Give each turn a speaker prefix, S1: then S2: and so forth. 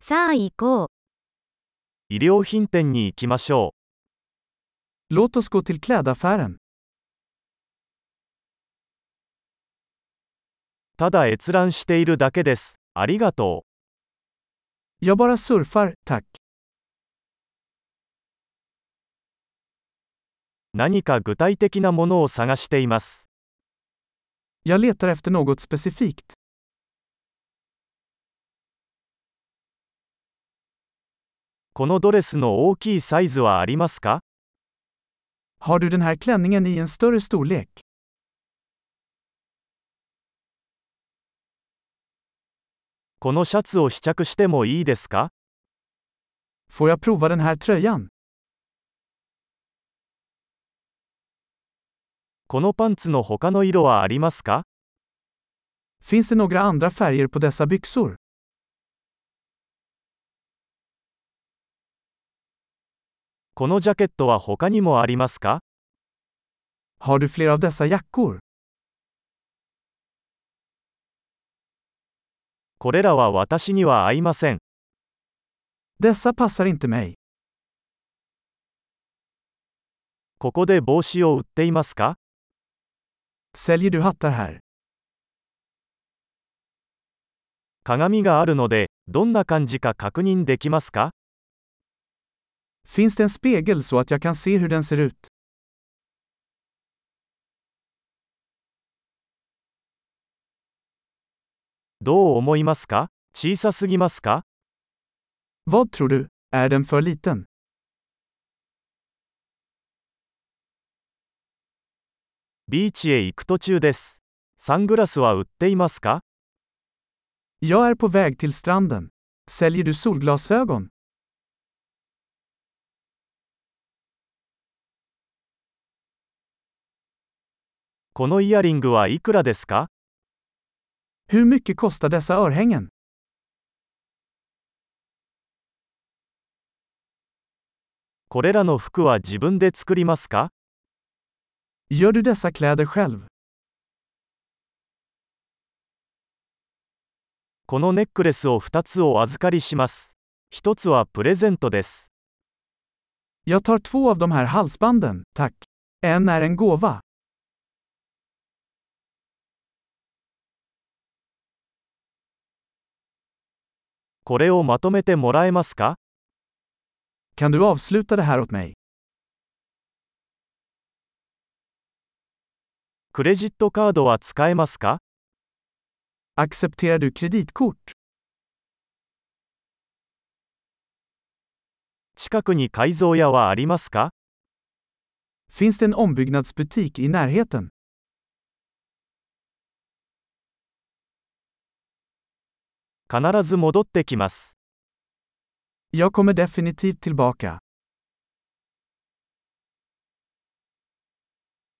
S1: さあ行こう。
S2: 衣料品店に行きましょ
S3: Låt oss gå till klädaffären.
S2: う。ただ閲覧しているだけです。ありがと
S3: Jag bara surfar, tack.
S2: う。何か具体的なものを探しています。
S3: Jag letar efter något specifikt.
S2: このドレスの大きいサイズはありますか
S3: Har du den här klänningen i en större storlek?
S2: このシャツを試着してもいいですか
S3: Får jag prova den här tröjan?
S2: このパンツの他の色はありますか
S3: Finns det några andra färger på dessa byxor?
S2: このジャケットは他にもありますか
S3: Har du fler av dessa jackor?
S2: これらは私には合いません。
S3: Dessa passar inte mig.
S2: ここで帽子を売っていますか
S3: Säljer du hattar här?
S2: 鏡があるので、どんな感じか確認できますか
S3: Finns det en spegel så att jag kan se hur den ser ut?
S2: どう思いますか小さすぎますか
S3: Vad tror du? Är den för liten?
S2: ビーチへ行く途中です。サングラスは売っていますか
S3: Jag är på väg till stranden. Säljer du solglasögon?
S2: このイヤリングはいくらですか
S3: Hur mycket kostar dessa örhängen?
S2: これらの服は自分で作りますか
S3: Gör du dessa kläder själv?
S2: このネックレスを2つお預かりします。1つはプレゼントです。
S3: Jag tar två av de här halsbanden, tack. En är en gåva.
S2: これをまとめてもらえますか
S3: Kan du avsluta det här åt mig?
S2: クレジットカードは使えますか
S3: Accepterar du kreditkort?
S2: 近くに改造屋はありますか
S3: Finns det en ombyggnadsbutik i närheten?
S2: 必ず戻ってきます。
S3: Jag kommer definitivt tillbaka.